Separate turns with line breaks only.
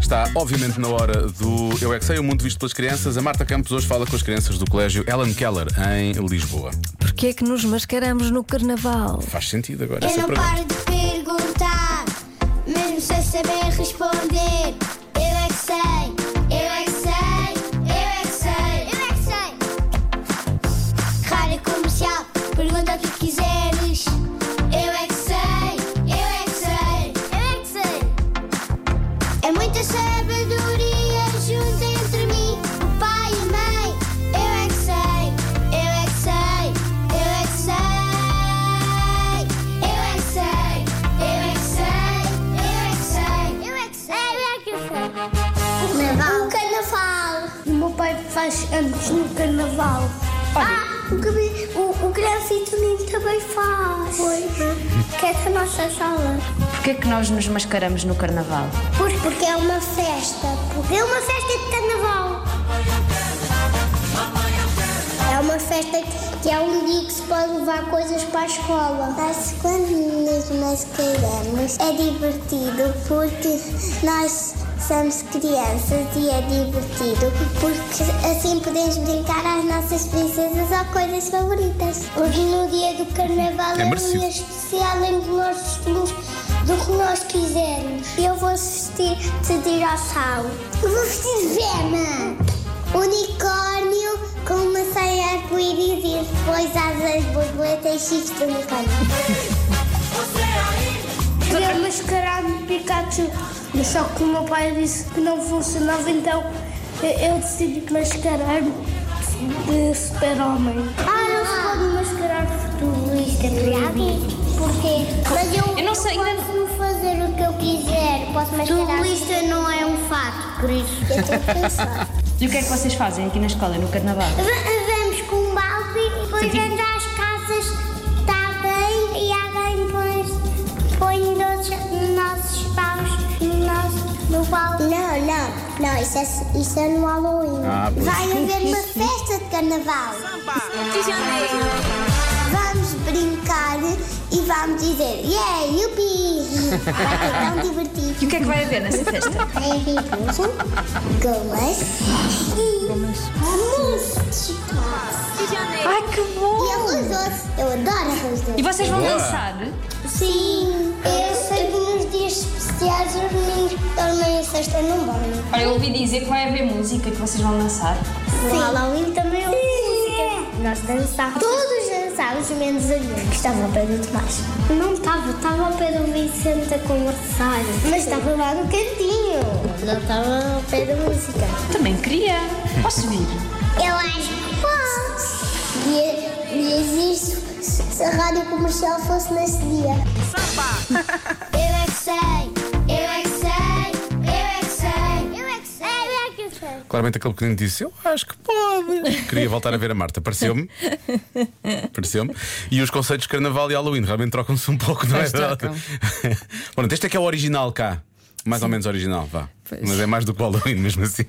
está, obviamente, na hora do Eu é que sei, o mundo visto pelas crianças. A Marta Campos hoje fala com as crianças do colégio Ellen Keller, em Lisboa.
Porquê é que nos mascaramos no carnaval?
Faz sentido agora
Eu
essa
não
pergunta.
paro de perguntar, mesmo sem saber responder. Eu é que sei, eu é que sei, eu é que sei, eu é que sei. Rádio comercial, pergunta o que quiseres. Eu é que sei, eu é que sei, eu é que sei. É muita sabedoria junto entre mim, o pai e a mãe. Eu é que sei, eu é que sei, eu é que sei. Eu é que sei, eu é que sei, eu é que sei, eu é que sei. Carnaval. O carnaval. O meu pai faz anos no carnaval. Ah, o, gabi- o, o grafite lindo também faz. Pois. Que é da nossa sala.
Porquê é que nós nos mascaramos no carnaval?
Pois porque é uma festa. Porque é uma festa de carnaval. É uma festa que é um dia que se pode levar coisas para a escola. Mas quando nos mascaramos é divertido porque nós somos crianças e é divertido porque assim podemos brincar às nossas princesas ou coisas favoritas. Hoje no dia do carnaval
É
é um
merecido.
dia especial em que nós vestimos do que nós quisermos. Eu vou vestir de dinossauro. Eu vou vestir de Vena. Unicórnio com uma saia arco-íris e depois asas borboletas e chifres de unicórnio.
Eu mascarado de Pikachu, mas só que o meu pai disse que não funcionava, então eu decidi mascarar-me de super-homem.
Ah, não se pode mascarar futurista, é proibido. Porquê? Mas eu,
Eu não sei, ainda
posso fazer o que eu quiser. Posso mascarar. Futurista não é um fato, por isso. Eu tenho que pensar.
E o que é que vocês fazem aqui na escola no carnaval?
V- Vamos com um balde e depois vamos às casas de alguém e alguém põe, põe nos nossos paus no, nosso, no balde. Não, não, não, isso é, isso é no Halloween.
Ah, pois.
Vai haver uma festa de carnaval. Vamos brincar e vamos dizer Yeah, yupi! Vai ser tão divertido. É
E o que é que vai haver nessa festa?
Baby Busa, gomas e mousse de chocolate.
Ai, que bom!
E arroz doce. Eu adoro arroz
E
doce.
vocês vão
Boa.
dançar?
Sim, eu sei que nos dias especiais os meninos dormem a sexta no banho.
Olha, eu ouvi dizer que vai haver música que vocês vão dançar.
No Halloween também houve música. Nós dançávamos. Todos dançávamos, menos a minha, que estava ao pé do Tomás. Não estava, estava ao pé do Vicente a conversar. Mas estava lá no cantinho. Não estava ao pé da música.
Também queria. Posso vir?
Eu acho que posso. E, e existe se se a rádio comercial fosse nesse dia. Samba! eu é que sei, eu é que sei, eu é que sei, eu é que sei, eu é que sei.
Claramente aquele pequenino disse: Eu acho que pode. Queria voltar a ver a Marta, pareceu-me. Pareceu-me. E os conceitos de carnaval e Halloween realmente trocam-se um pouco, não é
Pois
verdade?
trocam.
Pronto, este é que é o original cá. Mais ou menos original, vá.
Pois.
Mas é mais do que o Halloween, mesmo assim.